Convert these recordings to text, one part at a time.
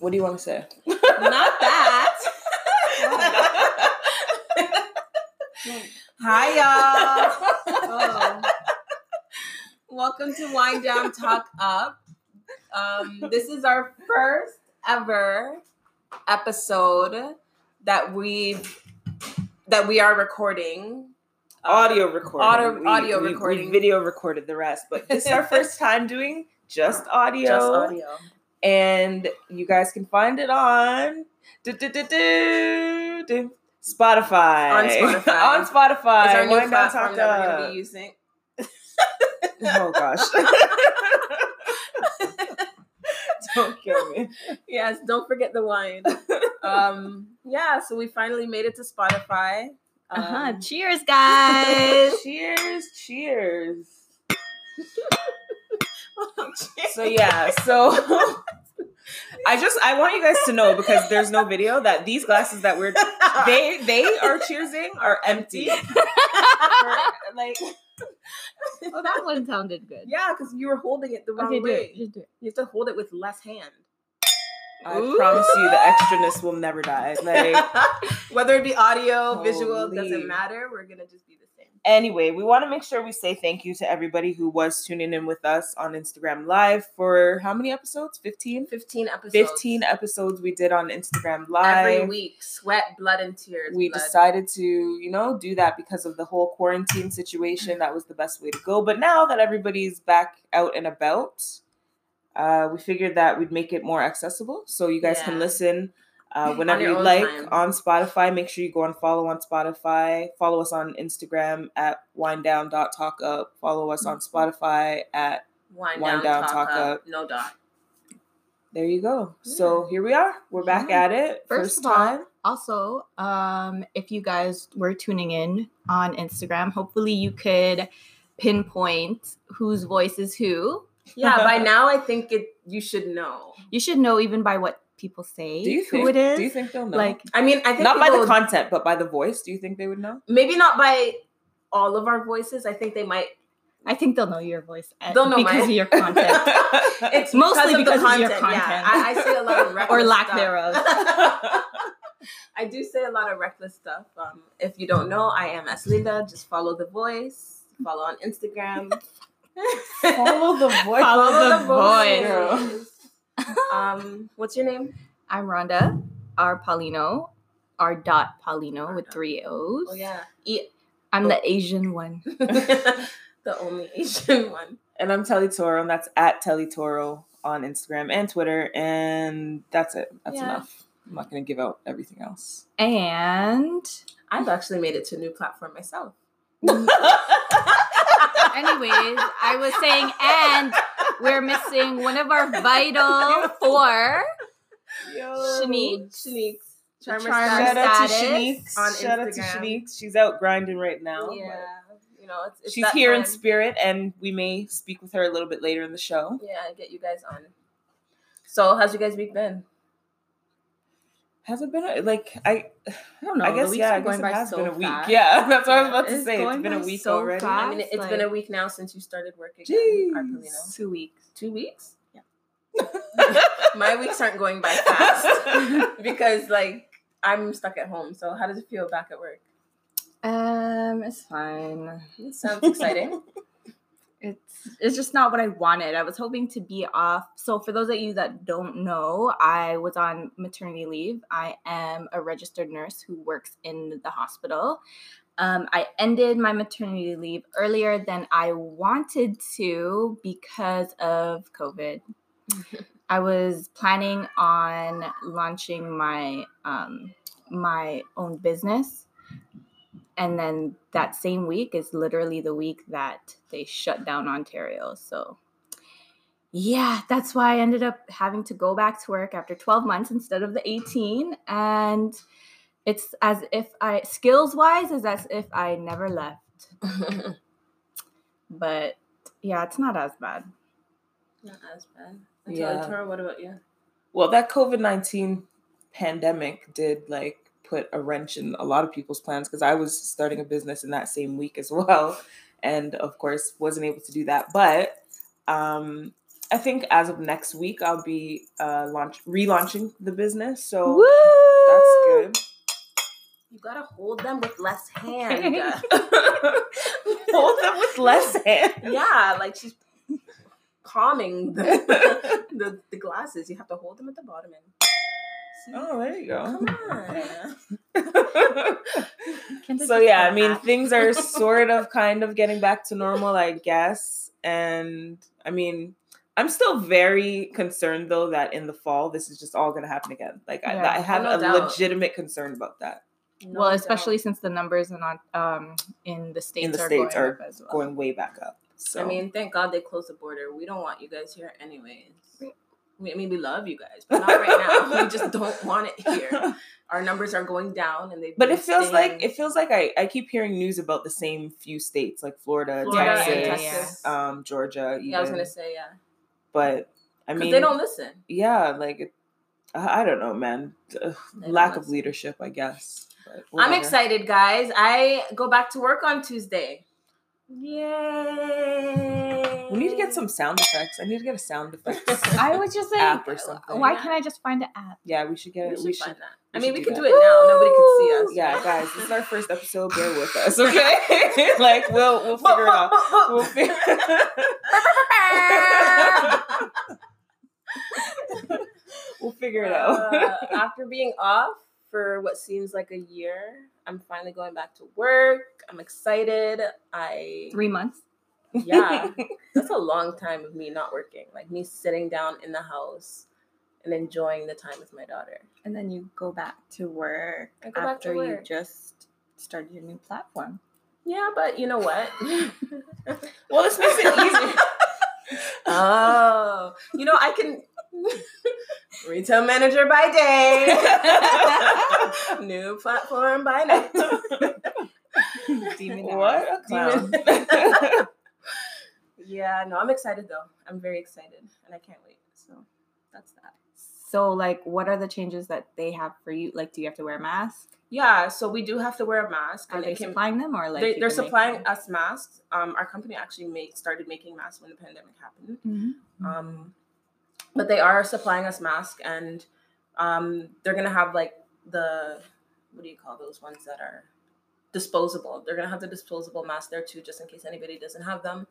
What do you want to say? Not that. Hi, y'all. Oh. Welcome to Wind Down Talk Up. Um, this is our first ever episode that we that we are recording. Uh, audio recording. audio- We- audio we- we recording. video recorded the rest, but this is our first time doing just audio. just audio. And you guys can find it on do, do, do, do, do, Spotify. On Spotify. on Spotify. It's our new Wind Down platform Talked that we're gonna Up. be using. Oh gosh. Don't kill me. yes, don't forget the wine. um, yeah, so we finally made it to Spotify. Um, Uh-huh. Cheers, guys. Um, cheers, cheers. cheers. So yeah, so I just I want you guys to know because there's no video that these glasses that we're they they are cheersing are empty. For- like well, that one sounded good. yeah, because you were holding it the wrong Okay, do way. it. Just do it. You have to hold it with less hand. I Ooh. promise you the extraness will never die. Like Whether it be audio, visual, Holy. doesn't matter. We're gonna just be the same. anyway, we want to make sure we say thank you to everybody who was tuning in with us on Instagram Live for how many episodes? 15? Fifteen episodes. 15 episodes we did on Instagram Live. every week. Sweat, blood, and tears. we blood. decided to you know do that because of the whole quarantine situation that was the best way to go but now that everybody's back out and about uh, we figured that we'd make it more accessible so you guys can Yeah. listen uh, whenever your you own like time. on spotify make sure you go and follow on spotify follow us on instagram at windown.talkup follow us on spotify at wind, wind down, down, talk, talk up. up. No dot. there you go so here we are we're back Yeah. at it first, First of all, time Also, um, if you guys were tuning in on Instagram, hopefully you could pinpoint whose voice is who. Yeah, by now I think it you should know. You should know even by what people say do you think who it is. do you think they'll know Like, I mean, I think not by the people- content but by the voice do you think they would know maybe not by all of our voices. I think they might. I think they'll know your voice at- They'll know because mine. of your content. It's Mostly because of your Yeah, content. I, I say a lot of reckless Or lack stuff. thereof. I do say a lot of reckless stuff. Um, if you don't know, I am Aslinda. Just follow the voice. Follow on Instagram. Follow the voice. Follow the voice. Um, what's your name? I'm Rhonda, our Paulino, our dot Paulino with Rhonda. three O's. Oh yeah, E I'm Oh. the Asian one. the only Asian one. And I'm Telly Toro, and that's at Telly Toro on Instagram and Twitter. And that's it. That's Yeah. enough. I'm not going to give out everything else. And I've actually made it to a new platform myself. Anyways, I was saying, and we're missing one of our vital four. Shanique. Shanique. Charmer Charmer Shout out to status Shanique. on Shout out to Instagram. Shanique. She's out grinding right now. Yeah, you know, it's, it's She's that here in time. spirit, and we may speak with her a little bit later in the show. Yeah, get you guys on. So, how's your guys' week been? Has it been a, like I? I don't know. I guess yeah. I guess it has been a week. Yeah, that's what I was about to It's say. It's going been a by week so already. fast. I mean, Us, it's been a like- week now since you started working. Jeez. Two weeks. Two weeks. Yeah. My weeks aren't going by fast because, like, I'm stuck at home. So, how does it feel back at work? Um, it's fine. It sounds exciting. It's it's just not what I wanted. I was hoping to be off. So for those of you that don't know, I was on maternity leave. I am a registered nurse who works in the hospital. Um, I ended my maternity leave earlier than I wanted to because of COVID. I was planning on launching my um, my own business, and then that same week is literally the week that they shut down Ontario. So, yeah, that's why I ended up having to go back to work after 12 months instead of the 18, and it's as if I skills wise is as if I never left. Not But yeah, it's not as bad. as bad. Until Yeah. Tara, what about you? Well, that COVID 19 pandemic did like put a wrench in a lot of people's plans because I was starting a business in that same week as well. And of course, wasn't able to do that. But um, I think as of next week, I'll be uh, launch relaunching the business. So Woo! that's good. You gotta hold them with less hand. Hold them with less hand. Yeah, like she's calming the, the, the glasses. You have to hold them at the bottom and. See? Oh, there you go. Come on. Kendra so just yeah, I got mean hacked. things are sort of kind of getting back to normal, I guess. And I mean, I'm still very concerned though that in the fall this is just all going to happen again. Like Yeah. I, I have Oh, no a doubt. legitimate concern about that No well, doubt. especially since the numbers are not um in the states um, the are States going are up as well. going way back up. So I mean, thank God they closed the border. We don't want you guys here, anyways. We, I mean, we love you guys, but not right now. we just don't want it here. Our numbers are going down, and they. But it feels like it feels like I, I keep hearing news about the same few states like Florida, Florida Texas, and Texas. um Georgia, even. Yeah, I was gonna say yeah. but I 'Cause mean they don't listen. yeah, like it, I I don't know, man. Ugh, They don't Lack of listen. leadership, I guess. But I'm whatever. excited, guys. I go back to work on Tuesday. Yay! We need to get some sound effects. I need to get a sound effects. I was just like, App or something. why can't I just find an app? yeah, we should get We it. should, We should. find that. we I mean, should do we can do that. it now. Nobody can see us. Yeah, guys, this is our first episode. Bear with us, okay? like we'll we'll figure it out. We'll figure. we'll figure it out. Uh, after being off for what seems like a year, I'm finally going back to work. I'm excited. I Three months. yeah, that's a long time of me not working. Like me sitting down in the house and enjoying the time with my daughter. And then you go back to work I go back to work. just started your new platform. Yeah, but you know what? well, this makes it easier. oh, you know I can retail manager by day, new platform by night. Demon what a clown. Demon. Yeah, no, I'm excited though. I'm very excited and I can't wait. So that's that. So, like, what are the changes that they have for you? Like, do you have to wear a mask? Yeah, so we do have to wear a mask. Are and they it can- supplying them or like they, you they're can make supplying them? us masks. Um, our company actually made started making masks when the pandemic happened. Mhm. Um, but they are supplying us masks, and um, they're gonna have like the what do you call those ones that are disposable? They're gonna have the disposable mask there too, just in case anybody doesn't have them.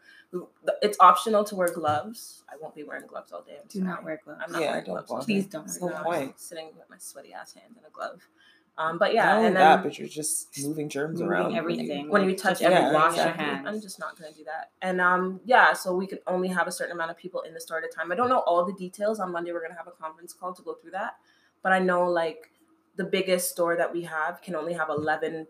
It's optional to wear gloves. I won't be wearing gloves all day. I'm Do not sorry. wear gloves. I'm not Yeah, wearing don't gloves. bother. all Please day. don't. There's wear no gloves. point. Sitting with my sweaty ass hands in a glove. Um, but Not yeah, only and that, then but you're just moving germs Moving around. everything. when like, you touch just every yeah, everything, wash exactly. your hands. I'm just not gonna do that. And um, yeah, so we can only have a certain amount of people in the store at a time. I don't know all the details. On Monday, we're gonna have a conference call to go through that. But I know like the biggest store that we have can only have 11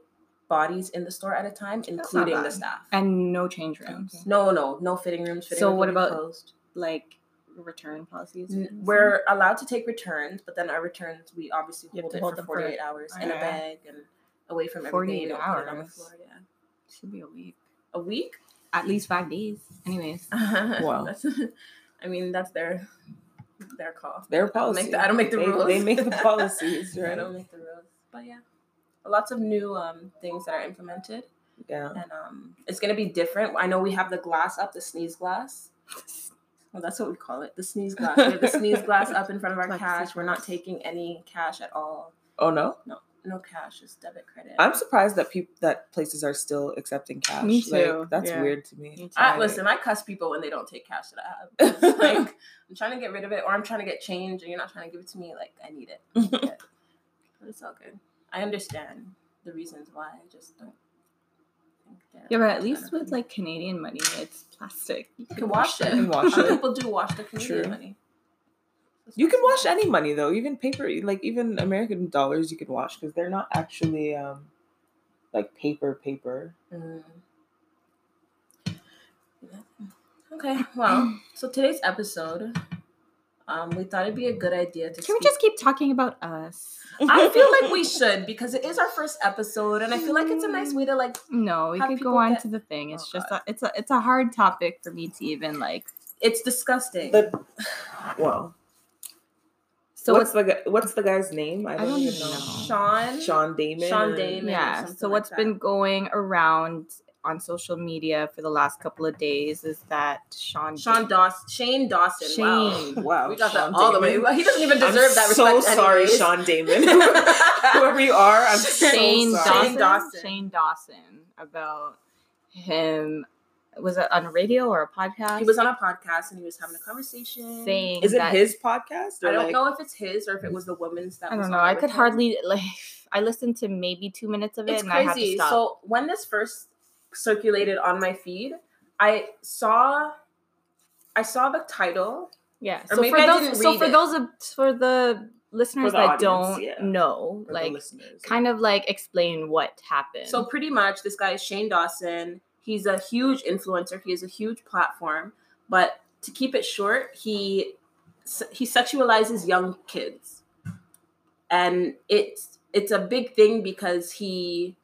bodies in the store at a time, including the bad. staff. and no change rooms. no, no, no fitting rooms. Fitting So rooms what will be about- closed. Like return N- policies. for instance? We're allowed to take returns, but then our returns we obviously You have hold to it hold for them for- 48 hours in a Yeah. bag and away from everything. We 48 don't put it on the hours. floor. Yeah, should be a week. a week. At least five days. Anyways. Wow. That's- I mean, that's their their call. Their I don't policy. make the, I don't make the they, rules. they make the policies, I right? don't make the rules. But yeah, lots of new um, things that are implemented, Yeah. and um, it's gonna be different. I know we have the glass up, the sneeze glass. Well, that's what we call it, the sneeze glass. We have the sneeze glass up in front of our Like cash. sneeze We're not glass. taking any cash at all. Oh no, No cash, just debit credit. I'm surprised that people that places are still accepting cash. Me too, Like, that's yeah. weird to me. I, Uh, listen, I cuss people when they don't take cash that I have. It's like I'm trying to get rid of it, or I'm trying to get change, and you're not trying to give it to me. Like I need it. I need it. but it's all good. I understand the reasons why. I just don't think that. Yeah, but at least with like Canadian money, it's plastic. You you can wash it. You can wash Some it. people do wash the Canadian True. money. You can wash any money though, even paper, like even American dollars, you can wash because they're not actually um like paper paper. Mm. Okay, well, so today's episode, um, we thought it'd be a good idea to. Can we speak- just keep talking about us? I feel like we should because it is our first episode, and I feel like it's a nice way to like. No, we Have could go people on get- to the thing. It's Oh, just a, it's a it's a hard topic for me to even like. It's disgusting. The well, So what's what's the gu- what's the guy's name? I don't even know. Sean. Sean Damon. Sean or- Damon. or yeah? something So like what's that. been going around on social media for the last couple of days is that Sean Sean Dawson, Shane Dawson. Wow. Shane. Wow. We got Sean that all the way. Damon. He doesn't even deserve I'm that so respect. sorry, anyways. Sean Damon. Whoever you are, I'm so Shane sorry. Dawson, Shane Dawson. Shane Dawson about him was it on a radio or a podcast? he was on a podcast and he was having a conversation. saying Is it that- his podcast? Or I don't like, know if it's his or if it was the woman's that I was don't know. on I with could him. hardly like I listened to maybe two minutes of it It's and I had to crazy. stop. So when this first circulated on my feed, I saw I saw the title. yeah. or So maybe for I those didn't so read for it. those of, for the listeners the that audience, don't yeah. know, or the like listeners. kind of like explain what happened. So pretty much this guy is Shane Dawson. He's a huge influencer. He has a huge platform, but to keep it short, he he sexualizes young kids. And it's it's a big thing because he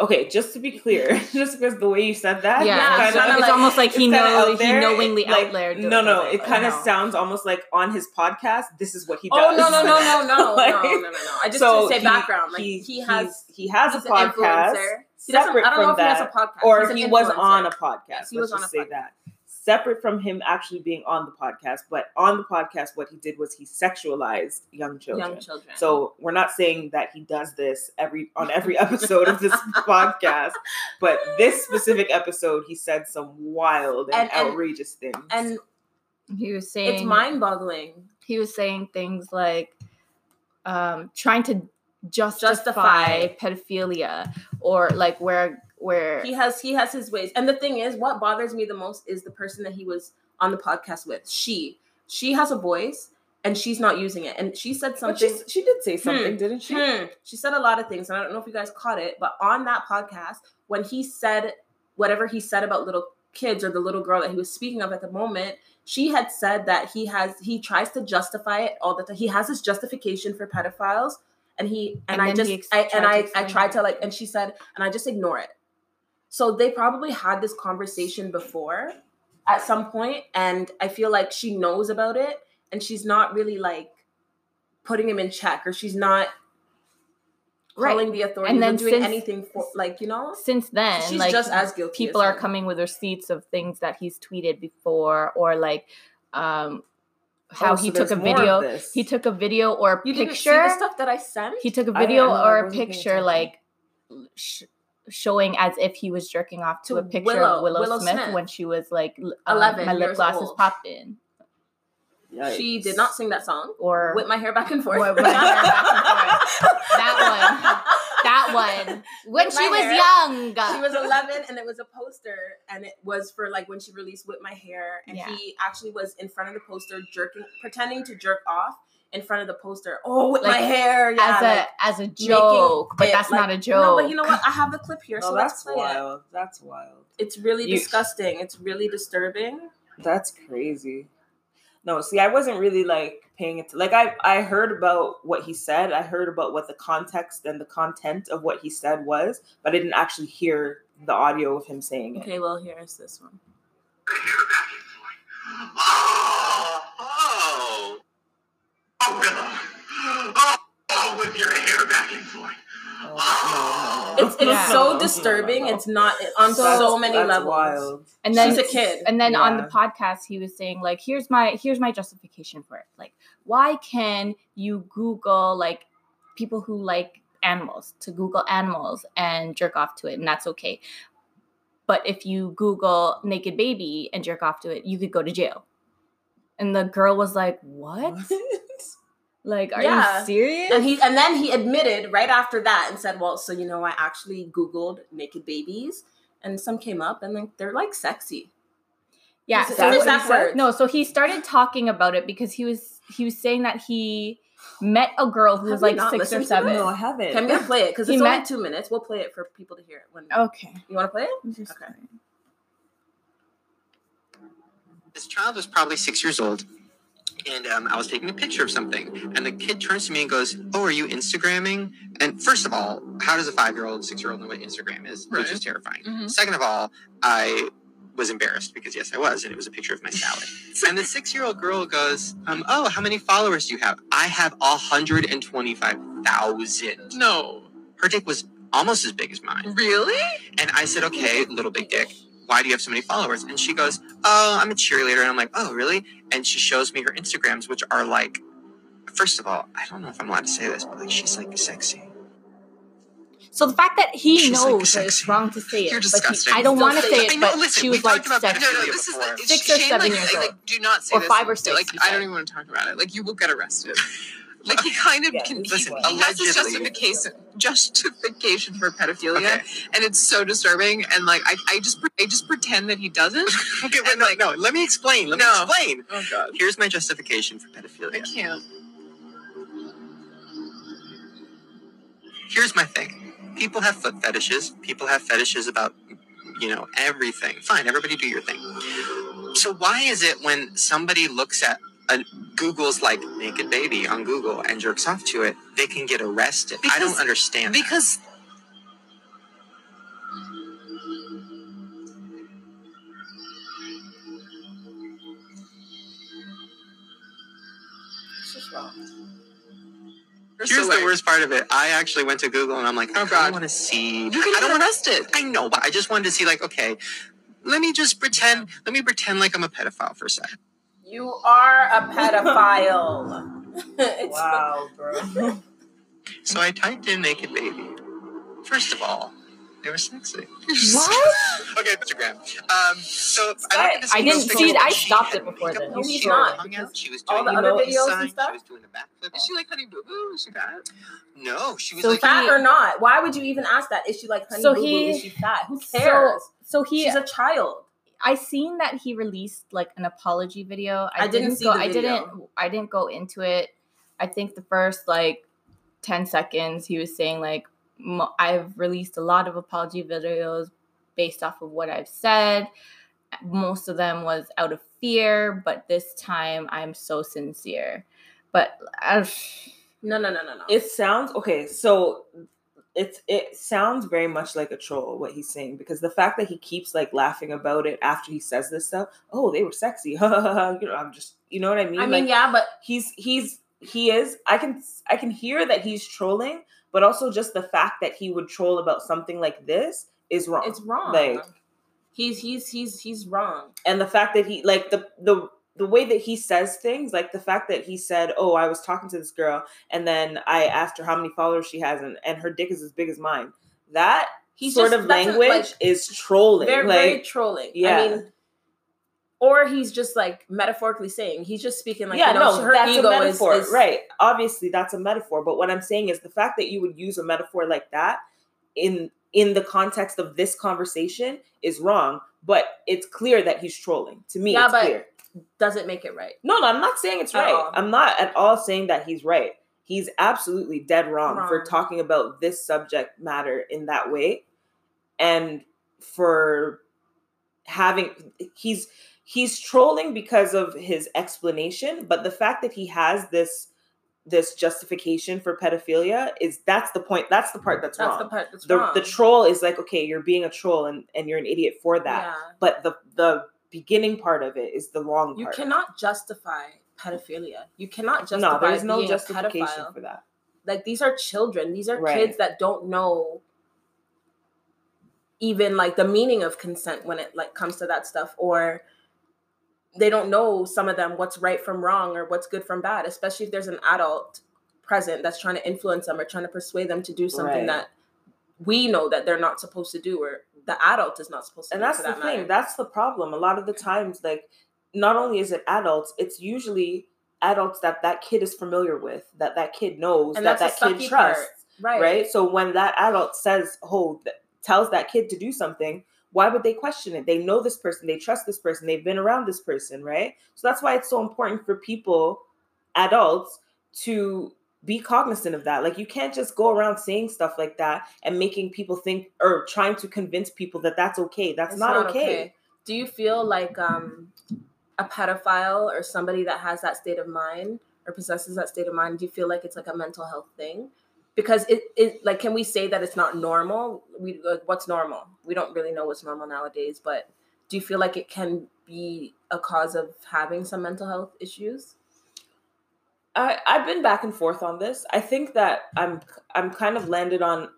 Okay, just to be clear, just because the way you said that, yeah, yeah, it's, kinda it's like- almost like he it's kinda know out he there, knowingly it, like, out there. doing No, no, it, it but kind of no. sounds almost like on his podcast. This is what he Oh does. no no no no no Like, no no no no! I just so to say he- background. Like he, he, has he's- he has he's a an podcast influencer. He doesn't. separate I don't from know if he has that, a podcast, or He's if an he was on influencer. a podcast. Yes, he Let's was on just a say that. Separate from him actually being on the podcast, but on the podcast, what he did was he sexualized young children. young children. So we're not saying that he does this every on every episode of this podcast, but this specific episode, he said some wild and, And- and- outrageous things. and he was saying it's mind-boggling. he was saying things like um, trying to Justify. justify, pedophilia or like where where He has he has his ways, and the thing is, what bothers me the most is the person that he was on the podcast with. She she has a voice, and she's not using it. And she said But something. she, she did say something, didn't she? Hmm. She said a lot of things, and I don't know if you guys caught it, but on that podcast, when he said whatever he said about little kids or the little girl that he was speaking of at the moment, she had said that he has he tries to justify it all the time. He has this justification for pedophiles, and he and, And I then just he ex- I, tried and to I I explain tried to it. like, and she said, and I just ignore it. So they probably had this conversation before at some point, and I feel like she knows about it, and she's not really like putting him in check, or she's not calling the authorities and And then then doing since- anything for like you know since then she's like just as guilty people as are him. coming with receipts of things that he's tweeted before or like um how Oh, he so took a there's more of video this. he took a video or a you didn't see picture the stuff that i sent he took a I- I video know, I or a wasn't paying picture attention. like sh- showing as if he was jerking off to, To a picture Willow- of Willow, Willow Smith, Smith. when she was like l- um, 11 my lip years gloss is old. popping she Yikes. did not sing that song or whip my hair back and forth Whip my hair back That that one when Whip she my was hair. young she was 11 and it was a poster and it was for like when she released whip my hair and Yeah. he actually was in front of the poster jerking pretending to jerk off in front of the poster oh with my Like, hair yeah as a like, as a joke but it, that's like- not a joke no but you know what i have the clip here No, so Oh, that's that's let's play it. wild. That's wild. it's really You- disgusting it's really disturbing That's crazy. No, see, I wasn't really like paying it. Like I, I heard about what he said. I heard about what the context and the content of what he said was, but I didn't actually hear the audio of him saying it. Okay, well, here's this one. Oh, oh, oh, God. Oh, oh, with your hair back and forth. Oh, It's, it's Yeah. so disturbing. It's not on so, That's- many that's levels. Wild. and then She's a kid. and then on the Yeah. podcast he was saying like here's my here's my justification for it like why can you google like people who like animals to google animals and jerk off to it and that's okay but if you google naked baby and jerk off to it you could go to jail and the girl was like what like are Yeah. you serious And he and then he admitted right after that and said, "Well, so you know, I actually Googled naked babies, and some came up, and like they're like sexy." yeah Is it- so that's he- what he said? words. No, so he started talking about it because he was he was saying that he met a girl who Have was we like not six or listened to this? seven. No, I haven't. Can we play it? Because He it's met- only two minutes. We'll play it for people to hear it. When Okay. you want to play it, Okay. This child was probably six years old, and um, I was taking a picture of something, and the kid turns to me and goes, "Oh, are you Instagramming?" And first of all, how does a five-year-old, six-year-old know what Instagram is? Which is terrifying. Mm-hmm. Mhm. Second of all, I was embarrassed because yes, I was, and it was a picture of my salad. and the six-year-old girl goes, um, "Oh, how many followers do you have?" I have hundred and twenty-five thousand. No. Her dick was almost as big as mine. Really? And I said, okay, little big dick, why do you have so many followers? And she goes, oh, I'm a cheerleader. And I'm like, oh, really? And she shows me her Instagrams, which are like, first of all, I don't know if I'm allowed to say this, but like, she's like sexy. So the fact that he She's, like, knows that sexy. it's wrong to say it, You're but he- disgusting. I don't Don't want to say say it. it, No, but listen, she we was talked like about that. sexy. No, no, this is Before. like, Six or Shane, seven like, years like, old. like, do not say Or this. five or six, Like, he I said. don't even want to talk about it. Like, you will get arrested. Like, he kind of Yeah, can, he listen, was. he has this Allegedly. justification, justification for pedophilia, Okay. and it's so disturbing. And like, I, I just, pre- I just pretend that he doesn't. Okay, wait, And, no, like- no. Let me explain. Let me No. explain. Oh God, Here's my justification for I pedophilia. can't. Here's my thing. People have foot fetishes. People have fetishes about, you know, everything. Fine, everybody do your thing. So why is it when somebody looks at a, Google's like naked baby on Google and jerks off to it, they can get arrested? I don't Because- understand. that. Because It's just wrong. Here's the worst part of it. I actually went to Google and I'm like, Oh, I God. want to see. You can I don't get wanna- arrested. I know, but I just wanted to see. Like, okay, let me just pretend. Let me pretend like I'm a pedophile for a second. You are a pedophile. It's- Wow, bro. So I typed in naked baby. First of all, they were sexy. What? okay, Instagram. Um, so I looked at this I girl's didn't picture see it. I and she stopped had it before makeup then. on. No, he's She not, hung out. She was all doing the other a videos and sign. stuff- She was doing a backflip. Is she like Honey Boo Boo? Is she that? no, she was So like. he- fat or not? Why would you even ask that? Is she like honey So boo boo? he- Is she fat? Who so- cares? So he, She's a child. I seen that he released like an apology video. I didn't see go. the I didn't. video. I didn't go into it. I think the first like ten seconds, he was saying like, "Mo- "I've released a lot of apology videos based off of what I've said. Most of them was out of fear, but this time I'm so sincere." But uh, I, No, no, no, no, no. It sounds okay. So it's it sounds very much like a troll what he's saying because the fact that he keeps like laughing about it after he says this stuff. Oh, they were sexy. you know, I'm just you know what I mean. I mean, Like, yeah, but he's he's he is. I can I can hear that he's trolling, but also just the fact that he would troll about something like this is wrong. it's wrong. Like- he's he's he's he's wrong. and the fact that he like the the the way that he says things like the fact that he said oh i was talking to this girl and then i asked her how many followers she has and, and her dick is as big as mine that He's sort just- of that's a- language like, is trolling Very, like very trolling. yeah. I mean, or he's just like metaphorically saying he's just speaking like yeah, you know, no, her that's ego a metaphor, is, is right? Obviously, that's a metaphor. But what I'm saying is the fact that you would use a metaphor like that in in the context of this conversation is wrong. But it's clear that he's trolling. To me, Yeah, it's but- clear. doesn't make it right. No, no, I'm not saying it's At right. all. I'm not at all saying that he's right. He's absolutely dead wrong, for Wrong. talking about this subject matter in that way and for having he's he's trolling because of his explanation, but the fact that he has this this justification for pedophilia is that's the point. That's the part that's, That's wrong. the part that's the, wrong. the troll is like, okay, you're being a troll and, and you're an idiot for that. But the the beginning part of it is the wrong Yeah. You part. cannot justify pedophilia. You cannot justify no, there's no being a justification pedophile. for that. Like these are children. These are Right. kids that don't know even like the meaning of consent when it like comes to that stuff or they don't know some of them what's right from wrong or what's good from bad, especially if there's an adult present that's trying to influence them or trying to persuade them to do Right. something that we know that they're not supposed to do or the adult is not supposed to And do that's for the that thing. matter. That's the problem. A lot of the times, like, not only is it adults, it's usually adults that that kid is familiar with, that that kid knows, And that that's that the kid sucky part, trusts, right. right? So when that adult says, "Oh," th- tells that kid to do something, why would they question it? They know this person, they trust this person, they've been around this person, right? So that's why it's so important for people, adults, to be cognizant of that. Like you can't just go around saying stuff like that and making people think or trying to convince people that that's okay. That's It's not, okay. Do you feel like um, a pedophile or somebody that has that state of mind or possesses that state of mind? Do you feel like it's like a mental health thing? Because it, it like, can we say that it's not normal? We like, what's normal? We don't really know what's normal nowadays. But do you feel like it can be a cause of having some mental health issues? I, I've been back and forth on this. I think that I'm I'm kind of landed on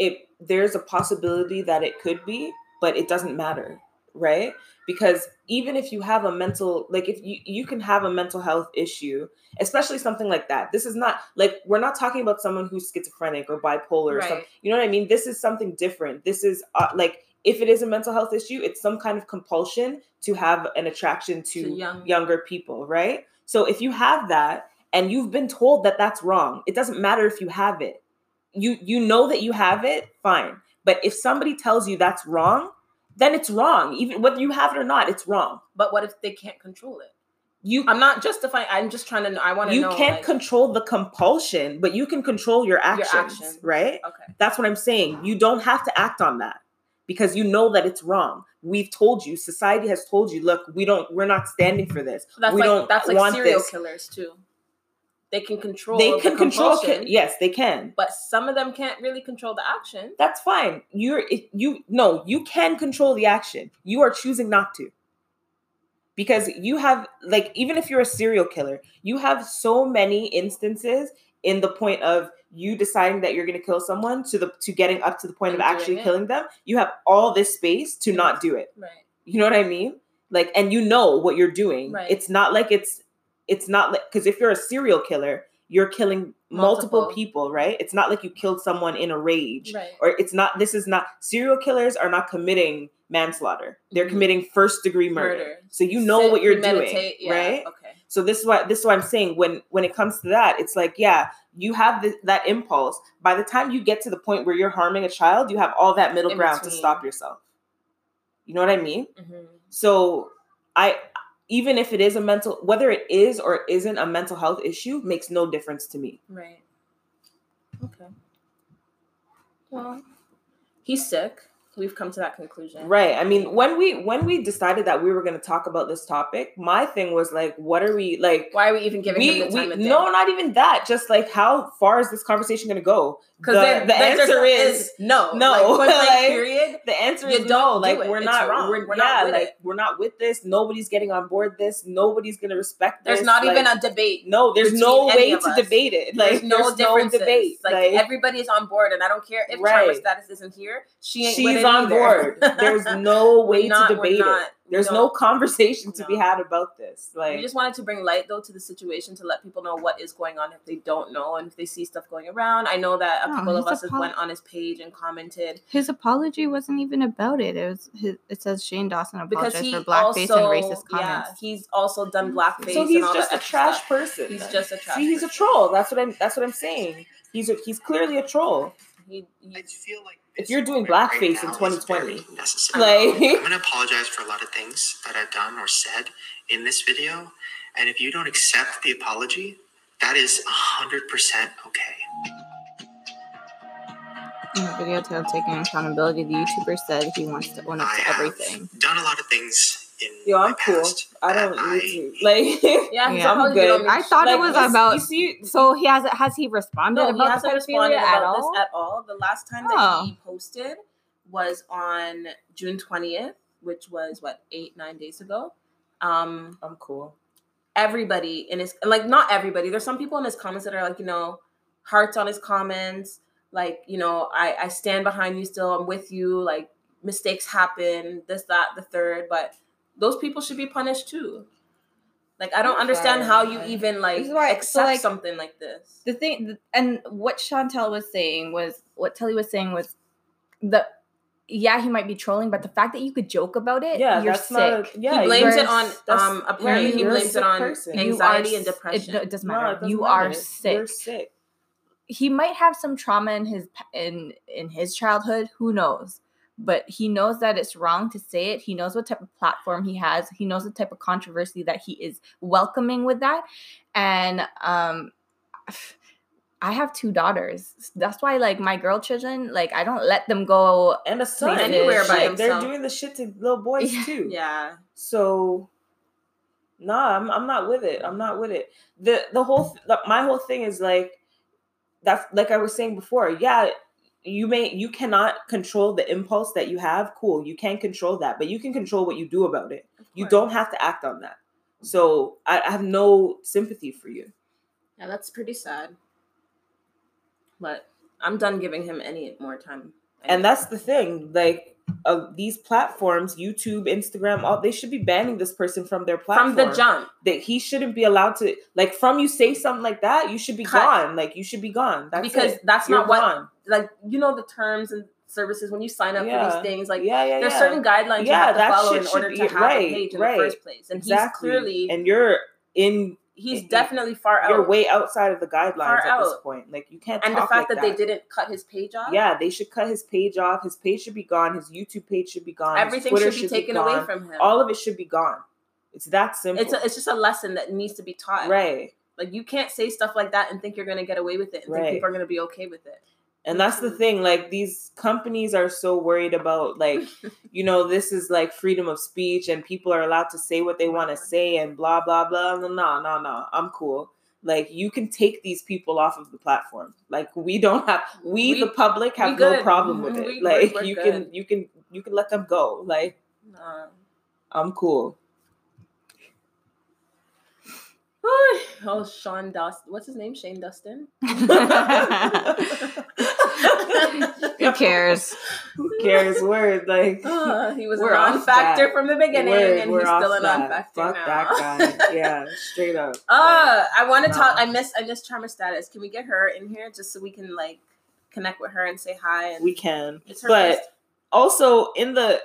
it there's a possibility that it could be, but it doesn't matter, right? Because even if you have a mental like if you you can have a mental health issue, especially something like that. This is not like we're not talking about someone who's schizophrenic or bipolar or Right. something. You know what I mean? This is something different. This is uh, like if it is a mental health issue, it's some kind of compulsion to have an attraction to To young- younger people, right? So if you have that and you've been told that that's wrong, it doesn't matter if you have it. You you know that you have it, fine. But if somebody tells you that's wrong, then it's wrong. Even whether you have it or not, it's wrong. But what if they can't control it? You I'm not justifying. I'm just trying to. know. I want to you know. can't like, control the compulsion, but you can control your actions, actions. right? Okay. That's what I'm saying. You don't have to act on that because you know that it's wrong. We've told you, society has told you, look, we don't we're not standing for this. So that's we like don't that's like want serial this. killers too. They can control. They the can control ki- compulsion, yes, they can. but some of them can't really control the action. That's fine. You're if you no, you can control the action. You are choosing not to. Because you have like even if you're a serial killer, you have so many instances in the point of you deciding that you're going to kill someone to the to getting up to the point And of doing actually it. killing them. You have all this space to Yeah. not do it. Right. You know what I mean? Like, and you know what you're doing. Right. It's not like it's it's not like because if you're a serial killer, you're killing multiple, Multiple. people, right? It's not like you killed someone in a rage. Right. Or it's not this is not serial killers are not committing manslaughter. They're Mhm. committing first degree murder. Murder. So you know Sit, what you're doing. premeditate, yeah, Right. Okay. So this is what this is what I'm saying. When when it comes to that, it's like, yeah, you have the, that impulse. By the time you get to the point where you're harming a child, you have all that middle In ground to between. stop yourself. You know what I mean? Mhm. So I even if it is a mental whether it is or isn't a mental health issue makes no difference to me. Right. Okay. Well, he's sick. We've come to that conclusion. Right. I mean, when we when we decided that we were going to talk about this topic, my thing was like what are we like Why are we even giving him the time of day? no, not even that. Just like how far is this conversation going to go? because the- the, the answer answer is, is no, no, Like, point blank like- period. The answer You is don't no. do Like it. we're It's not. wrong. We're, We're yeah, not with like it. we're not with this. Nobody's getting on board this. Nobody's going to respect There's this. not like, even a debate. no. There's no between any way of to us. debate it. Like there's no differences. debate. Like, everybody's on board, and I don't care if Right. Trevor status isn't here. She ain't. with she's it on either. board. There's no way not- to we're debate not- it. There's no don't- conversation to be No. had about this. Like, we just wanted to bring light though to the situation to let people know what is going on if they don't know and if they see stuff going around. I know that a No, couple of Oh, he's us a have pol- went on his page and commented His apology wasn't even about it. It was his, it says Shane Dawson because apologized he for blackface also, and racist yeah, comments. he's also done blackface. so and he's all just a that extra trash stuff. person. He's then. just a trash. see, he's a person. troll. That's what I'm. That's what I'm saying. He's a, he's clearly a troll. He, I he's feel like If you're doing right blackface in now is 2020, very necessary. like I'm gonna apologize for a lot of things that I've done or said in this video, and if you don't accept the apology, that is hundred percent okay. In the video titled Taking Accountability, the YouTuber said he wants to own up I to have everything. Done a lot of things in yo, my I'm cool. past I don't that need to like. yeah, he's Yeah. a I'm Hollywood good. homie. I thought it Like, was he's- about- You see, So he has has he responded No, he about the hasn't pedophilia responded at about this all? at all. The last time Oh. that he posted was on June twentieth, which was what eight nine days ago. Um, I'm cool. everybody in his like not everybody. There's some people in his comments that are like you know hearts on his comments. Like you know I I stand behind you still. I'm with you. Like mistakes happen. This that the third, but those people should be punished too. Like I don't understand how you even like This is why- so, accept like, something like this. the thing th- and what Chantel was saying was what Telly was saying was the yeah, he might be trolling, but the fact that you could joke about it, Yeah, you're that's sick. not. A, yeah, he blames you're- it on that's- um apparently right, he you're a blames sick it on person. You anxiety are and s- depression It, no, it doesn't No, it matter. doesn't you matter. are sick. You're sick. He might have some trauma in his pa- in in his childhood. Who knows? But he knows that it's wrong to say it. He knows what type of platform he has. He knows the type of controversy that he is welcoming with that. And um, I have two daughters. That's why, like my girl children, like I don't let them go And a son. Places. Anywhere by Shit, himself. They're himself. doing the shit to little boys Yeah. too. yeah So, nah, I'm I'm not with it. I'm not with it. the The whole th- the, my whole thing is like that's like I was saying before. Yeah, you may you cannot control the impulse that you have. Cool, you can't control that, but you can control what you do about it. You don't have to act on that. So I, I have no sympathy for you. yeah that's pretty sad but I'm done giving him any more time. And that's the thing. Like uh, these platforms, YouTube, Instagram, all they should be banning this person from their platform. from the jump. That he shouldn't be allowed to like from you say something like that, you should be Cut. gone. Like you should be gone. That's because it. that's You're not what gone. like you know the terms and services when you sign up for Yeah. these things. Like yeah, yeah, there's yeah. certain Yeah, guidelines you have that to follow shit in order should to be- have right, a page in right. the first place. And exactly. he's clearly and you're in he's it- definitely far you're out. way outside of the guidelines at this out. point. Like you can't and the talk fact like that, they didn't cut his page off, Yeah, they should cut his page off. His page should be gone. His YouTube page should be gone. His everything Twitter should be taken away gone. from him. All of it should be gone. It's that simple. it's a, it's just a lesson that needs to be taught. right. Like you can't say stuff like that and think you're gonna get away with it and Right. think people are gonna be okay with it. And that's the Mhm. thing, like these companies are so worried about like, you know, this is like freedom of speech and people are allowed to say what they want to say and blah blah blah. No, no, no, no. I'm cool. Like you can take these people off of the platform. Like we don't have we, We- the public have we no good. problem with Mhm. it. We- we're- like we're you good. can you can you can let them go. Like Uh, I'm cool. oh, Sean Dust. What's his name? Shane Dustin. Who cares? Who cares word? Like Uh, he was We're a off non-factor that. from the beginning, word, and we're he's off still a that. non-factor Fuck now. that guy. Yeah, straight up. Uh, I want to No. talk. I miss I miss Charmer status. Can we get her in here just so we can like connect with her and say hi? And we can. it's her But first- also in the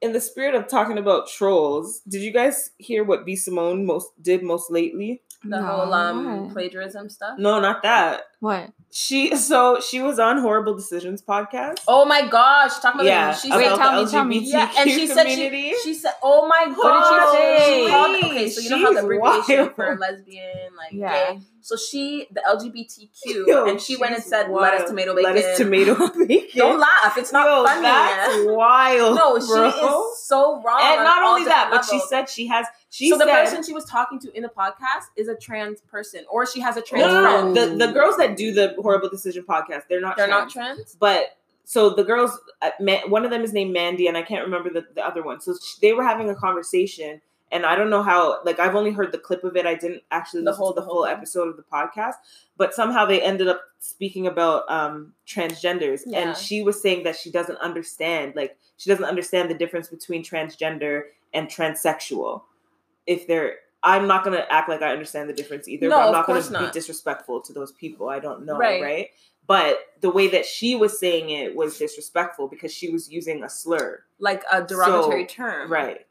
in the spirit of talking about trolls, did you guys hear what B Simone most did most lately? the whole um plagiarism stuff. No, not that. what? She so she was on Horrible Decisions podcast. Oh my gosh! Talking about yeah, the- she about said, Wait, tell the me, tell me. LGBTQ yeah, and she said community. she, she said, "Oh my god!" What did she say? She called- okay, so you know how the She's abbreviation wild. for lesbian, like Yeah. gay. So she, the LGBTQ, Yo, and she went and she's said, "Lettuce, wild. tomato, bacon." Lettuce, tomato, bacon. Don't laugh. It's not Yo, funny. That's wild. no, she bro. is so wrong. And on not all only that, different but she levels. said she has. She so the said- person she was talking to in the podcast is a trans person, or she has a trans No, no, no. friend. The, the girls that do the horrible decision podcast, they're not. They're trans. not trans. But so the girls, uh, Ma- one of them is named Mandy, and I can't remember the, the other one. So sh- they were having a conversation, and I don't know how. Like I've only heard the clip of it. I didn't actually The listen whole- to the the full whole thing. episode of the podcast. But somehow they ended up speaking about um, transgenders, Yeah. and she was saying that she doesn't understand. Like she doesn't understand the difference between transgender and transsexual. If they're I'm not gonna act like I understand the difference either. No, but I'm of not gonna course not. be disrespectful to those people. I don't know, Right. right? but the way that she was saying it was disrespectful because she was using a slur. Like a derogatory So, term. Right.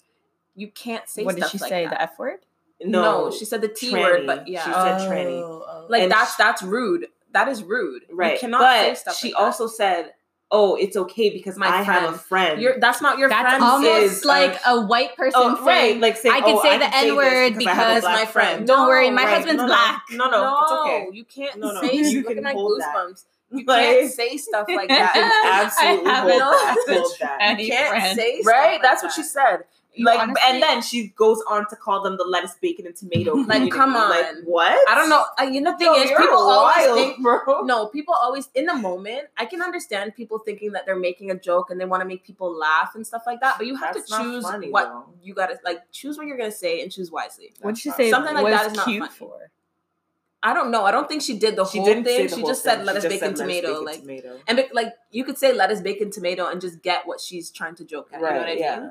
You can't say what did stuff she like say? that. The F word? No, she said the T tranny. word, but yeah. She said tranny. Oh, like and that's she- that's rude. That is rude. right. You cannot but say stuff she like that. also said, "Oh, it's okay because My I have a friend." You're, that's not your That's friend. is, almost uh, like a white person oh, saying, right. Like saying, I could "Oh, say the can this N-word I have a because black my friend- friend." Oh, "Don't worry, my No, Right. husband's No, no, black." No, no, it's okay. you can't No, no, say. you You can looking at hold that. goosebumps. You Like- can't say stuff like I can that. absolutely I hold haven't that. had a Hold that. tranny you can't friend. say stuff right. like That's what that. she said. You like, honestly- and then she goes on to call them the lettuce, bacon, and tomato. community. come Like, on. what? I don't know. I, you know, the thing Yo, is, you're people wild, always think. bro. No, people always in the moment. I can understand people thinking that they're making a joke and they want to make people laugh and stuff like that. But you have That's to not choose funny, what though. you gotta like. Choose what you're gonna say and choose wisely. What did she That's say? Something like was that is not cute funny. for. I don't know. I don't think she did the she whole didn't say thing. the she whole just thing. said lettuce, bacon, tomato. like, tomato. and be- like you could say lettuce, bacon, tomato, and just get what she's trying to joke at. you know what I Right? mean? Yeah.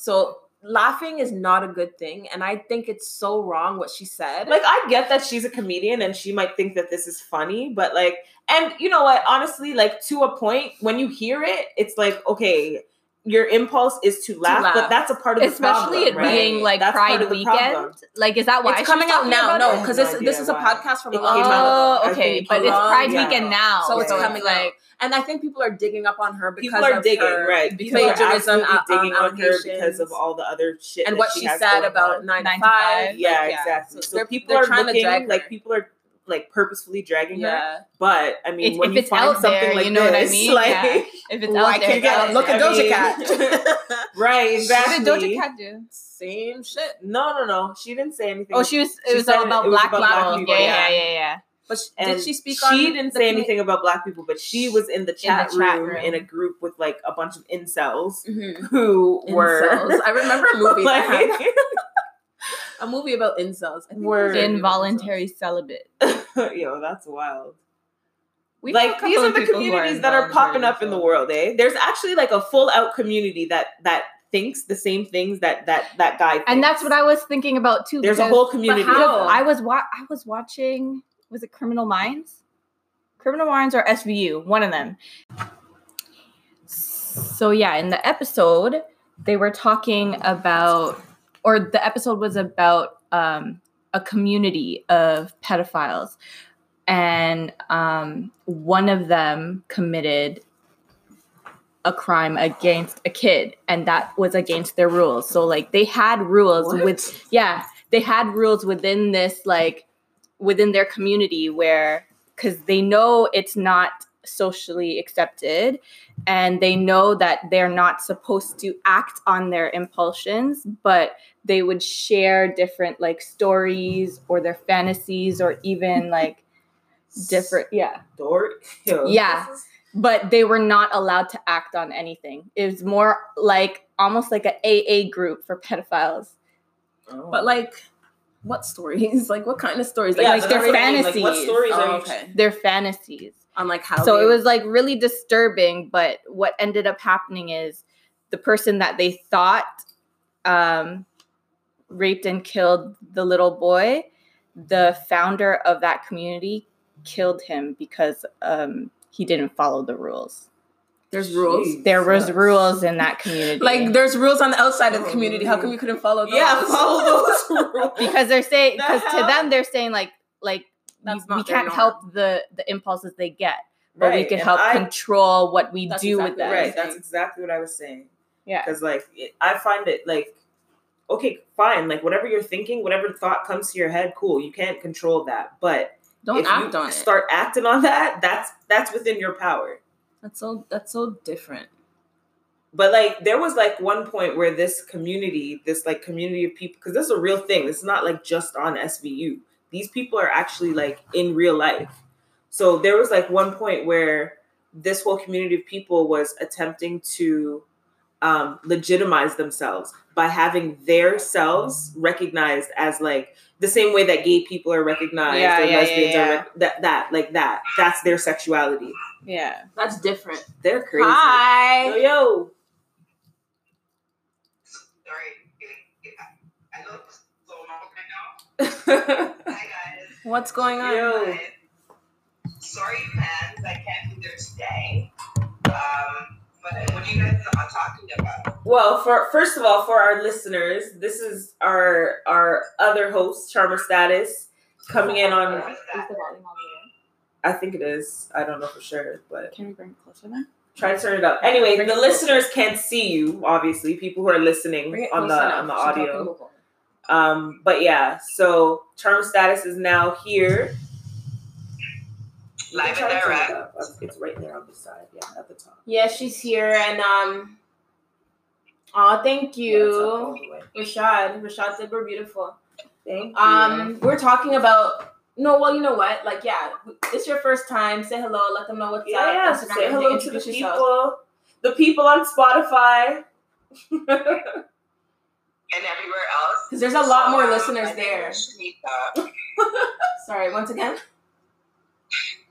So laughing is not a good thing, and I think it's so wrong what she said. Like I get that she's a comedian and she might think that this is funny, but like, and you know what? Honestly, like to a point, when you hear it, it's like okay. Your impulse is to laugh, but laugh. that's a part of the Especially problem, it right? being like That's part Pride of the weekend. problem. Like, is that why it's she's coming out talking now, no, about it? because I this have no this is a idea why. podcast from It a long came time out- ago. I Oh, think okay, it but came it's out- Pride yeah. weekend now, So it's Yeah. coming out, and I think people are digging up on her because People are of digging, her right? People are plagiarism absolutely uh, um, digging on her because of allegations all the other shit and that what she, she has said going on. about nine Nine to to five. five. yeah, Like, exactly. So So they're- people they're are trying to looking drag her. like people are like purposefully dragging her. Yeah. But I mean, If- when if you it's find out something there, like you know what I this, mean? like Yeah. If it's Ooh, I out there, can't it's get out it. look there. at Doja right, exactly. What did Doja Cat do? Same shit. No, no, no. She didn't say anything. Oh, she was. It She was said all about it was black about black people. people, Yeah, yeah, yeah. yeah, yeah. But sh- And did she speak she on? didn't the say commu- anything about black people, but she was in the chat, chat room, room. Mm-hmm. in a group with like a bunch of incels Mhm. who Incels. were I remember a movie that had Mm-hmm. like, that. a movie about incels. I think it was Word. a movie about incels. Involuntary celibate. yo, that's wild. We know a like couple these are of the people who communities that are involved popping up in the world, eh? There's actually like a full out community that that thinks the same things that that that guy. And that's what I was thinking about too. There's a because- whole community. because how? I was wa- I was watching. Was it Criminal Minds? Criminal Minds or SVU? One of them. So yeah, in the episode they were talking about, or the episode was about um, a community of pedophiles, and um, one of them committed a crime against a kid and that was against their rules so like they had rules with yeah they had rules within this like within their community where because they know it's not socially accepted and they know that they're not supposed to act on their impulsions but they would share different like stories or their fantasies or even like different yeah Dork. Yeah. but they were not allowed to act on anything. It was more like almost like a AA group for pedophiles. Oh. But like, what stories? Like, what kind of stories? Like, Yeah, like so their that's what I mean, Like, what fantasies. stories are Oh, you okay. Their fantasies. On like how. So they- it was like really disturbing, but what ended up happening is the person that they thought um, raped and killed the little boy, the founder of that community killed him because um, he didn't follow the rules. There's rules. Jeez. There was Yes. rules in that community. Like there's rules on the outside of the community. How come you couldn't follow those? Yeah, follow those rules. because they're saying The because to hell? them they're saying like like That's we, we not their can't norm. help the the impulses they get but we Right, can and help I- control what we That's do with exactly them Right, that's exactly what I was saying. yeah Because like it, I find it like, okay, fine, like whatever you're thinking, whatever thought comes to your head, cool. You can't control that, but Don't if act you on it. Start acting on that. That's that's within your power. That's so. That's so different. But like there was like one point where this community, this like community of people, because this is a real thing. This is not like just on SVU. These people are actually like in real life. So there was like one point where this whole community of people was attempting to um, legitimize themselves by having their selves recognized as like the same way that gay people are recognized Yeah, or yeah, yeah, lesbians yeah. are rec- that that like that. That's their sexuality. yeah That's different. They're crazy. Yo, Hi. yo. Sorry, I look so long right now. Hi guys. What's going on? Yo. Sorry, fans, I can't be there today. Um, but what are you guys are talking about? Well, for first of all, for our listeners, this is our our other host, Charmer Status, coming in on. I think it is. I don't know for sure, but can we bring it closer then try to turn it up. Anyway, Bring the it closer. listeners can't see you, obviously. People who are Bring listening it on the close enough on the so people audio. can Google. Um, but yeah, so Charm Status is now here. You can Live and try to turn it direct. up. It's right there on the side, yeah, at the top. Yeah, she's here, and um, oh, thank Yeah, it's up all you, the way. Rashad. Rashad said we're beautiful. Thank you. Um, we're talking about no. Well, you know what? Like, yeah, it's your first time. Say hello. Let them know what's yeah, up. yeah. Instagram, Say hello to the introduce people. yourself. The people on Spotify. And everywhere else? 'Cause there's a lot more Um, listeners my name there. is Shanika. Sorry, once again.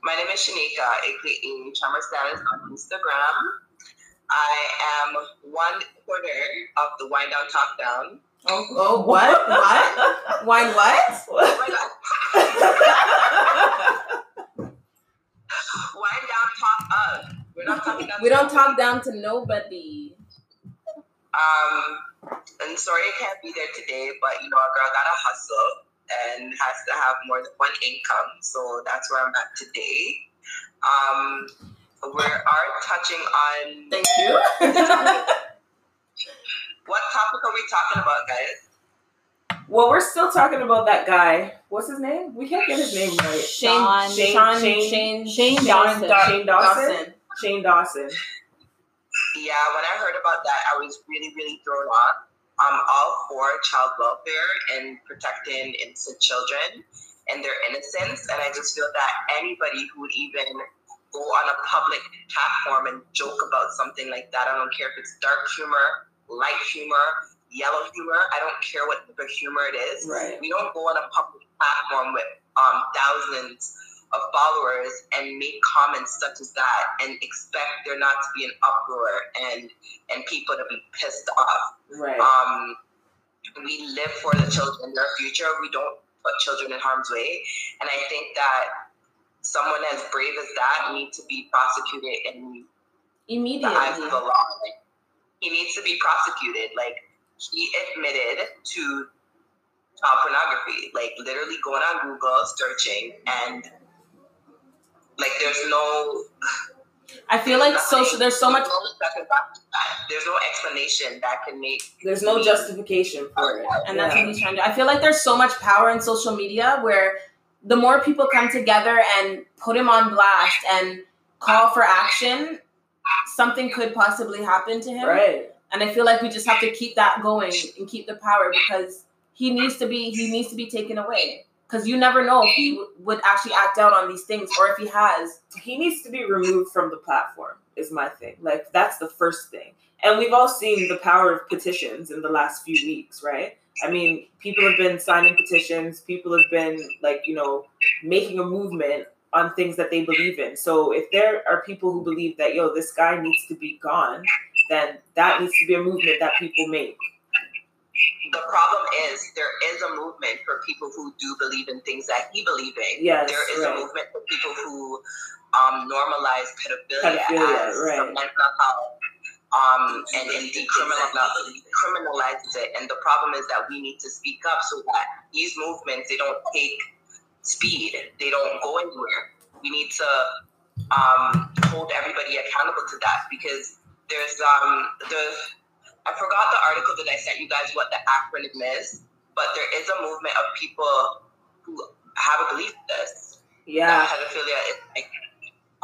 My name is Shanika, aka Charmer Status on Instagram. I am one quarter of the Wind Down Talk Down. Oh, oh what? what? Wine? What? Oh my God. Wind Down Talk Up. We're not talking down We to don't nobody. talk down to nobody. Um, and sorry I can't be there today, but you know, a girl gotta hustle and has to have more than one income. So that's where I'm at today. Um, we are touching on Thank you. what topic are we talking about, guys? well, we're still talking about that guy. What's his name? We can't get his name right. Shane, Shane- Sean, Shane- Shane, Shane Dawson. Dar- Shane Dawson? Shane Dawson. Yeah, when I heard about that, I was really, really thrown off. I'm all for child welfare and protecting innocent children and their innocence. And I just feel that anybody who would even go on a public platform and joke about something like that, I don't care if it's dark humor, light humor, yellow humor, I don't care what the humor it is Right. we don't go on a public platform with um, thousands of followers and make comments such as that and expect there not to be an uproar and and people to be pissed off. Right. Um, we live for the children, their future. We don't put children in harm's way, and I think that someone as brave as that needs to be prosecuted in the eyes of the Immediately. law. Like, he needs to be prosecuted. Like he admitted to child pornography. Like literally going on Google, searching, and like there's no I feel like social. There's so much. there's no explanation that can make There's no justification for it, and that's what he's trying to. I feel like there's so much power in social media where the more people come together and put him on blast and call for action, something could possibly happen to him. Right. and I feel like we just have to keep that going and keep the power because he needs to be he needs to be taken away because you never know if he w- would actually act out on these things or if he has He needs to be removed from the platform, is my thing. Like, that's the first thing. And we've all seen the power of petitions in the last few weeks, right? I mean, people have been signing petitions, people have been, like, you know, making a movement on things that they believe in. So if there are people who believe that, yo, this guy needs to be gone, then that needs to be a movement that people make. the problem is there is a movement for people who do believe in things that he believe in. Yes, there is right. a movement for people who um, normalize pedophilia, Pedophilia, as right. a mental health um, and, and decriminalize, decriminalizes it. And the problem is that we need to speak up so that these movements they don't take speed, they don't go anywhere. We need to um, hold everybody accountable to that because there's um, the I forgot the article that I sent you guys what the acronym is, but there is a movement of people who have a belief in this Yeah. that pedophilia is like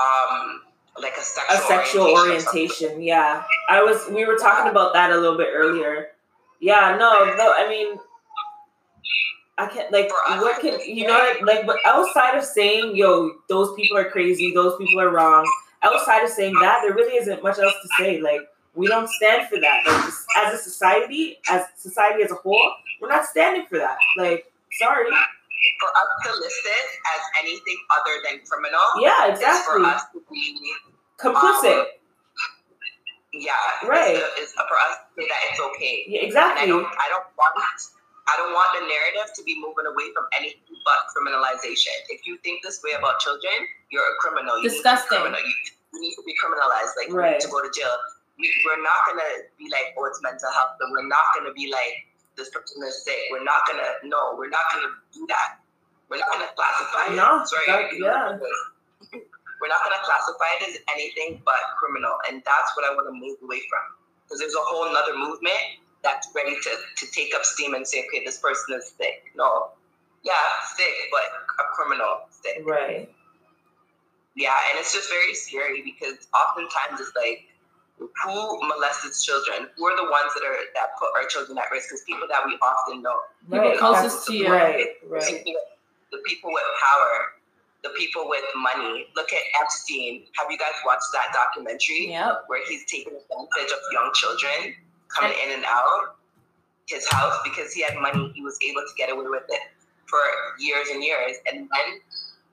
um like a a sexual, sexual orientation. Yeah, I was. We were talking about that a little bit earlier. Yeah, no, no. I mean, I can't like For us, what can you know what I- like? But outside of saying, "Yo, those people are crazy. Those people are wrong," outside of saying that, there really isn't much else to say. Like we don't stand for that. Like just as a society, as society as a whole, we're not standing for that. Like, sorry. For us to list it as anything other than criminal Yeah, is for exactly. us to be Complicit. yeah is Right. to- is for us to say that it's okay. Yeah, And I exactly. don't I don't want I don't want the narrative to be moving away from anything but criminalization. If you think this way about children, you're a criminal. You Disgusting. Need to be criminal. You, you need to be criminalized. Like you Right. need to go to jail. We, we're not gonna be like, oh, it's mental health, but we're not gonna be like this person is sick. We're not gonna no. We're not gonna do that. We're not gonna classify it. No, Sorry, that- yeah. We're not gonna classify it as anything but criminal, and that's what I want to move away from. Because there's a whole nother movement that's ready to, to take up steam and say, okay, this person is sick. No, yeah, sick, but a criminal sick. Right. Yeah, and it's just very scary because oftentimes it's like, who molested children? Who are the ones that are that put our children at risk? Because people that we often know, people Right. closest to you Right. Right. people- the people with power, the people with money. Look at Epstein. Have you guys watched that documentary? yep where he's taking advantage of young children coming in and out his house because he had money. He was able to get away with it for years and years. And when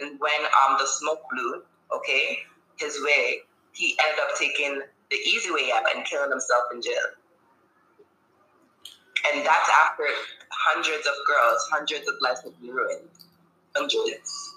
and when um the smoke blew, okay, his way, he ended up taking the easy way out and killing himself in jail. And that's after hundreds of girls, hundreds of lives have been ruined. Hundreds.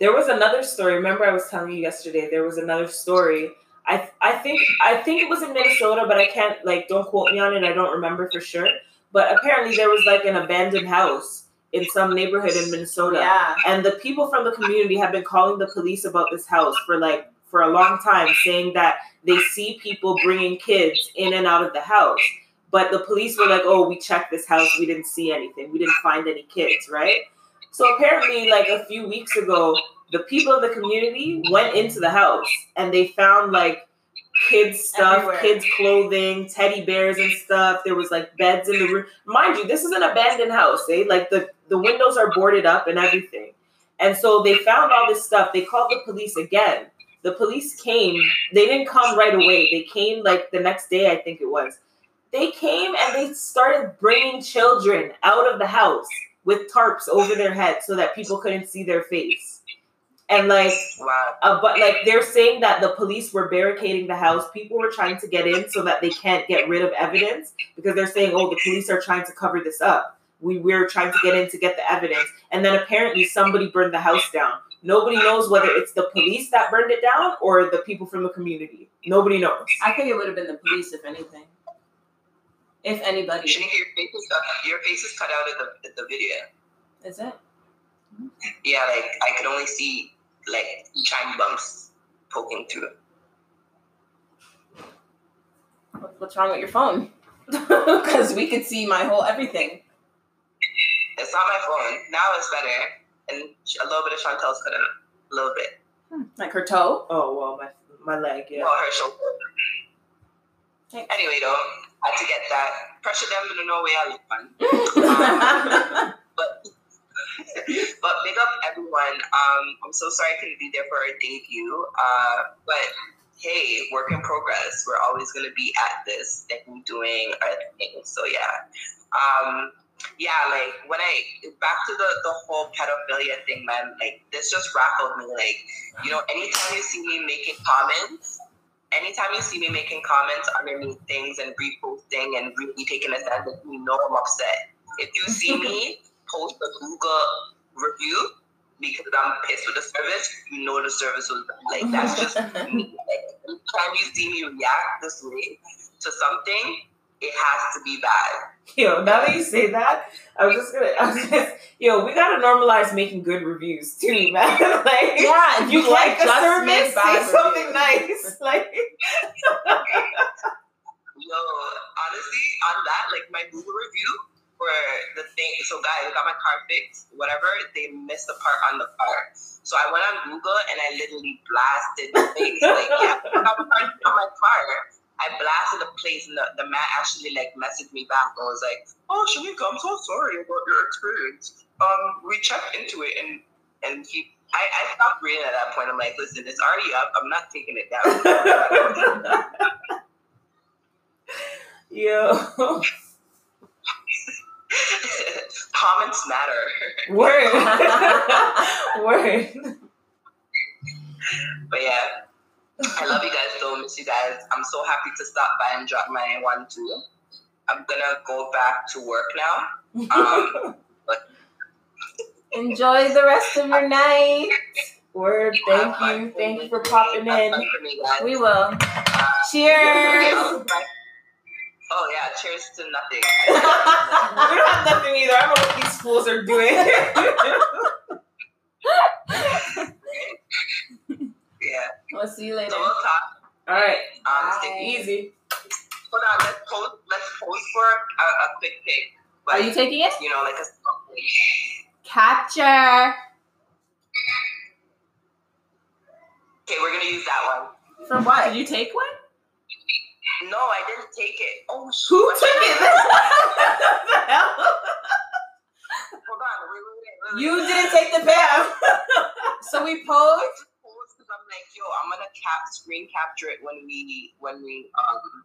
There was another story. Remember, I was telling you yesterday. There was another story. I I think I think it was in Minnesota, but I can't like don't quote me on it. I don't remember for sure. But apparently, there was like an abandoned house in some neighborhood in Minnesota, yeah and the people from the community have been calling the police about this house for like for a long time, saying that they see people bringing kids in and out of the house. But the police were like, "Oh, we checked this house. We didn't see anything. We didn't find any kids, right?" So apparently, like a few weeks ago, the people of the community went into the house and they found like kids stuff, Everywhere. kids clothing, teddy bears and stuff. There was like beds in the room. Mind you, this is an abandoned house, eh? Like the the windows are boarded up and everything. And so they found all this stuff. They called the police again. The police came. They didn't come right away. They came like the next day, I think it was. They came and they started bringing children out of the house with tarps over their heads so that people couldn't see their face. and like Wow. uh, but like they're saying that the police were barricading the house. People were trying to get in so that they can't get rid of evidence because they're saying, "Oh, the police are trying to cover this up. We we're trying to get in to get the evidence." And then apparently somebody burned the house down. Nobody knows whether it's the police that burned it down or the people from the community. Nobody knows. I think it would have been the police, if anything. If anybody. Shanika, your face is cut, your face is cut out of the, the video. Is it? Yeah, like I could only see like shiny bumps poking through. What- What's wrong with your phone? Because we could see my whole everything. It's not my phone. Now it's better, and a little bit of Chantel's cut out. A little bit. Like her toe. Oh well, my my leg. Yeah. Yeah. Well, her shoulder. Thanks. Anyway, though, had to get that. Pressure them to no way out. Man. But big up everyone. Um, I'm so sorry I couldn't be there for our debut. Uh, but hey, work in progress. We're always gonna be at this and doing our thing. So yeah. Um, yeah, like when I back to the, the whole pedophilia thing, man, like this just rattled me. Like, you know, anytime you see me making comments, anytime you see me making comments underneath things and reposting and really taking a stand, you know I'm upset. If you see me post a Google review because I'm pissed with the service, you know the service was bad. like that's just me. Like, anytime you see me react this way to something, it has to be bad. Yo, now that you say that, I was just gonna. I was just, yo, we gotta normalize making good reviews too, man. like, yeah, you like a service, say something reviews. nice. Like, Yo, honestly, on that, like my Google review where the thing, so guys, I got my car fixed, whatever, they missed the part on the car. So I went on Google and I literally blasted the place. like, yeah, I got my car fixed on my car. I blasted the place and the, the man actually like messaged me back and was like, oh, Shanika, I'm so sorry about your experience. Um, we checked into it and, and he, I, I stopped reading at that point. I'm like, listen, it's already up. I'm not taking it down. yo, Comments matter. word, word. But yeah, I love you guys so miss you guys. I'm so happy to stop by and drop my one too. I'm gonna go back to work now. Um, Enjoy the rest of your night. Word, thank you, thank you for popping in. That's for me, guys. We will. Cheers. Oh yeah, cheers to nothing. We don't have nothing either. I don't know what these fools are doing. yeah, We'll see you later. so we'll talk. All right, Um, stay- easy. hold on, let's post. Let's post for a, a quick pic. Are But you taking it? you know, like a small thing. Capture. Okay, we're gonna use that one. From what? Did you take one? No, I didn't take it. Oh shoot! Who took it? What the hell? Hold on, wait, wait, wait, wait. wait. You didn't take the bath. So we posed. because I'm like, yo, I'm gonna cap screen capture it when we when we um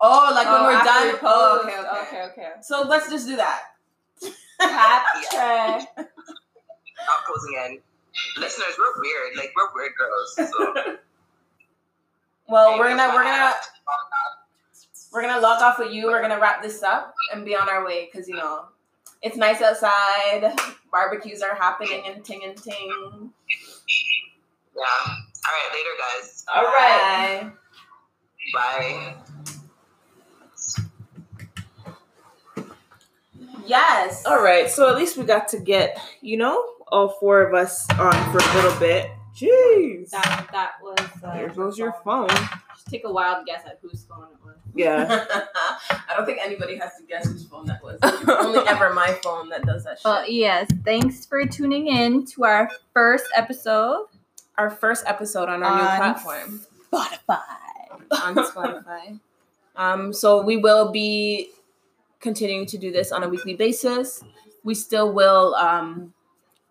Oh, like when Oh, we're after done. we posed. posed. okay. okay, okay. So let's just do that. Capture. not posing in. Listeners, we're weird. Like we're weird girls. So Well, we're gonna we're gonna we're gonna log off with you. We're gonna wrap this up and be on our way because you know it's nice outside. Barbecues are happening and ting and ting. Yeah. All right, later guys. All right. Bye. Bye. Yes. All right, so at least we got to get, you know, all four of us on for a little bit. Jeez. That that was. Uh, There goes your phone. Just take a wild guess at whose phone it was. Yeah. I don't think anybody has to guess whose phone that was. It's only ever my phone that does that shit. Well, yes. Thanks for tuning in to our first episode our first episode on our On new platform Spotify. on Spotify. Um, so we will be continuing to do this on a weekly basis. We still will um,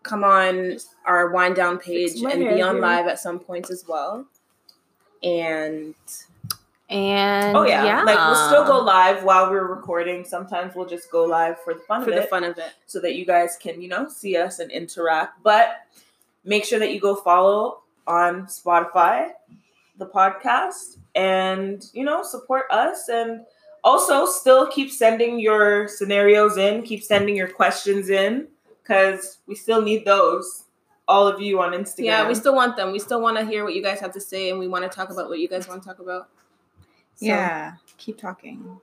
come on our wind down page my and be hair on here. live at some points as well. And And Oh yeah. Like we'll still go live while we're recording. Sometimes we'll just go live for the fun for of the it fun of it, so that you guys can, you know, see us and interact. But Make sure that you go follow on Spotify the podcast and, you know, support us and also still keep sending your scenarios in, keep sending your questions in cuz we still need those all of you on Instagram. Yeah, we still want them. We still want to hear what you guys have to say, and we want to talk about what you guys want to talk about. So- yeah, keep talking.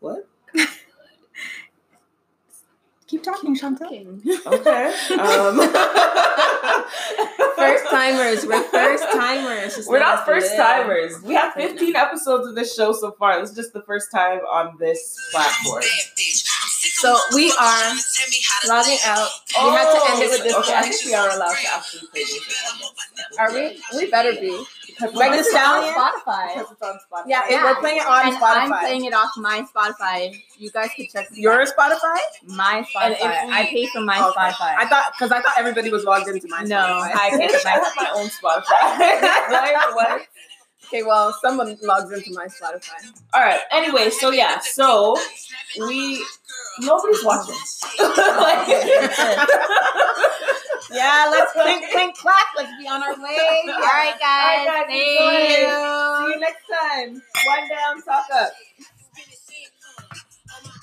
what? Keep talking, Chantal. Okay. Um First timers. We're first timers. Just We're let not us first live. timers. We have Right now. 15 episodes of this show so far. This is just the first time on this platform. So we are logging out. We have to end Oh, it with this Oh, okay, I one. think we are allowed to actually play this. Are we? We better be. Because Megan it's Stallion? on Spotify. Spotify. Because it's on Spotify. Yeah, Yeah. we're playing it on and Spotify. I'm playing it off my Spotify. You guys could check this Your out. Spotify? my And Spotify. if I we- pay for my Okay. Spotify. I thought because I thought everybody was logged into my no, Spotify. I pay for I my. have my own Spotify. Like, what? Okay, well, someone logs into my Spotify. All right. Anyway, so yeah, so we nobody's watching. Yeah, let's clink, clink, clack. Let's be on our way. All right, guys. All right, guys, enjoy. thank you. See you next time. One down, talk up.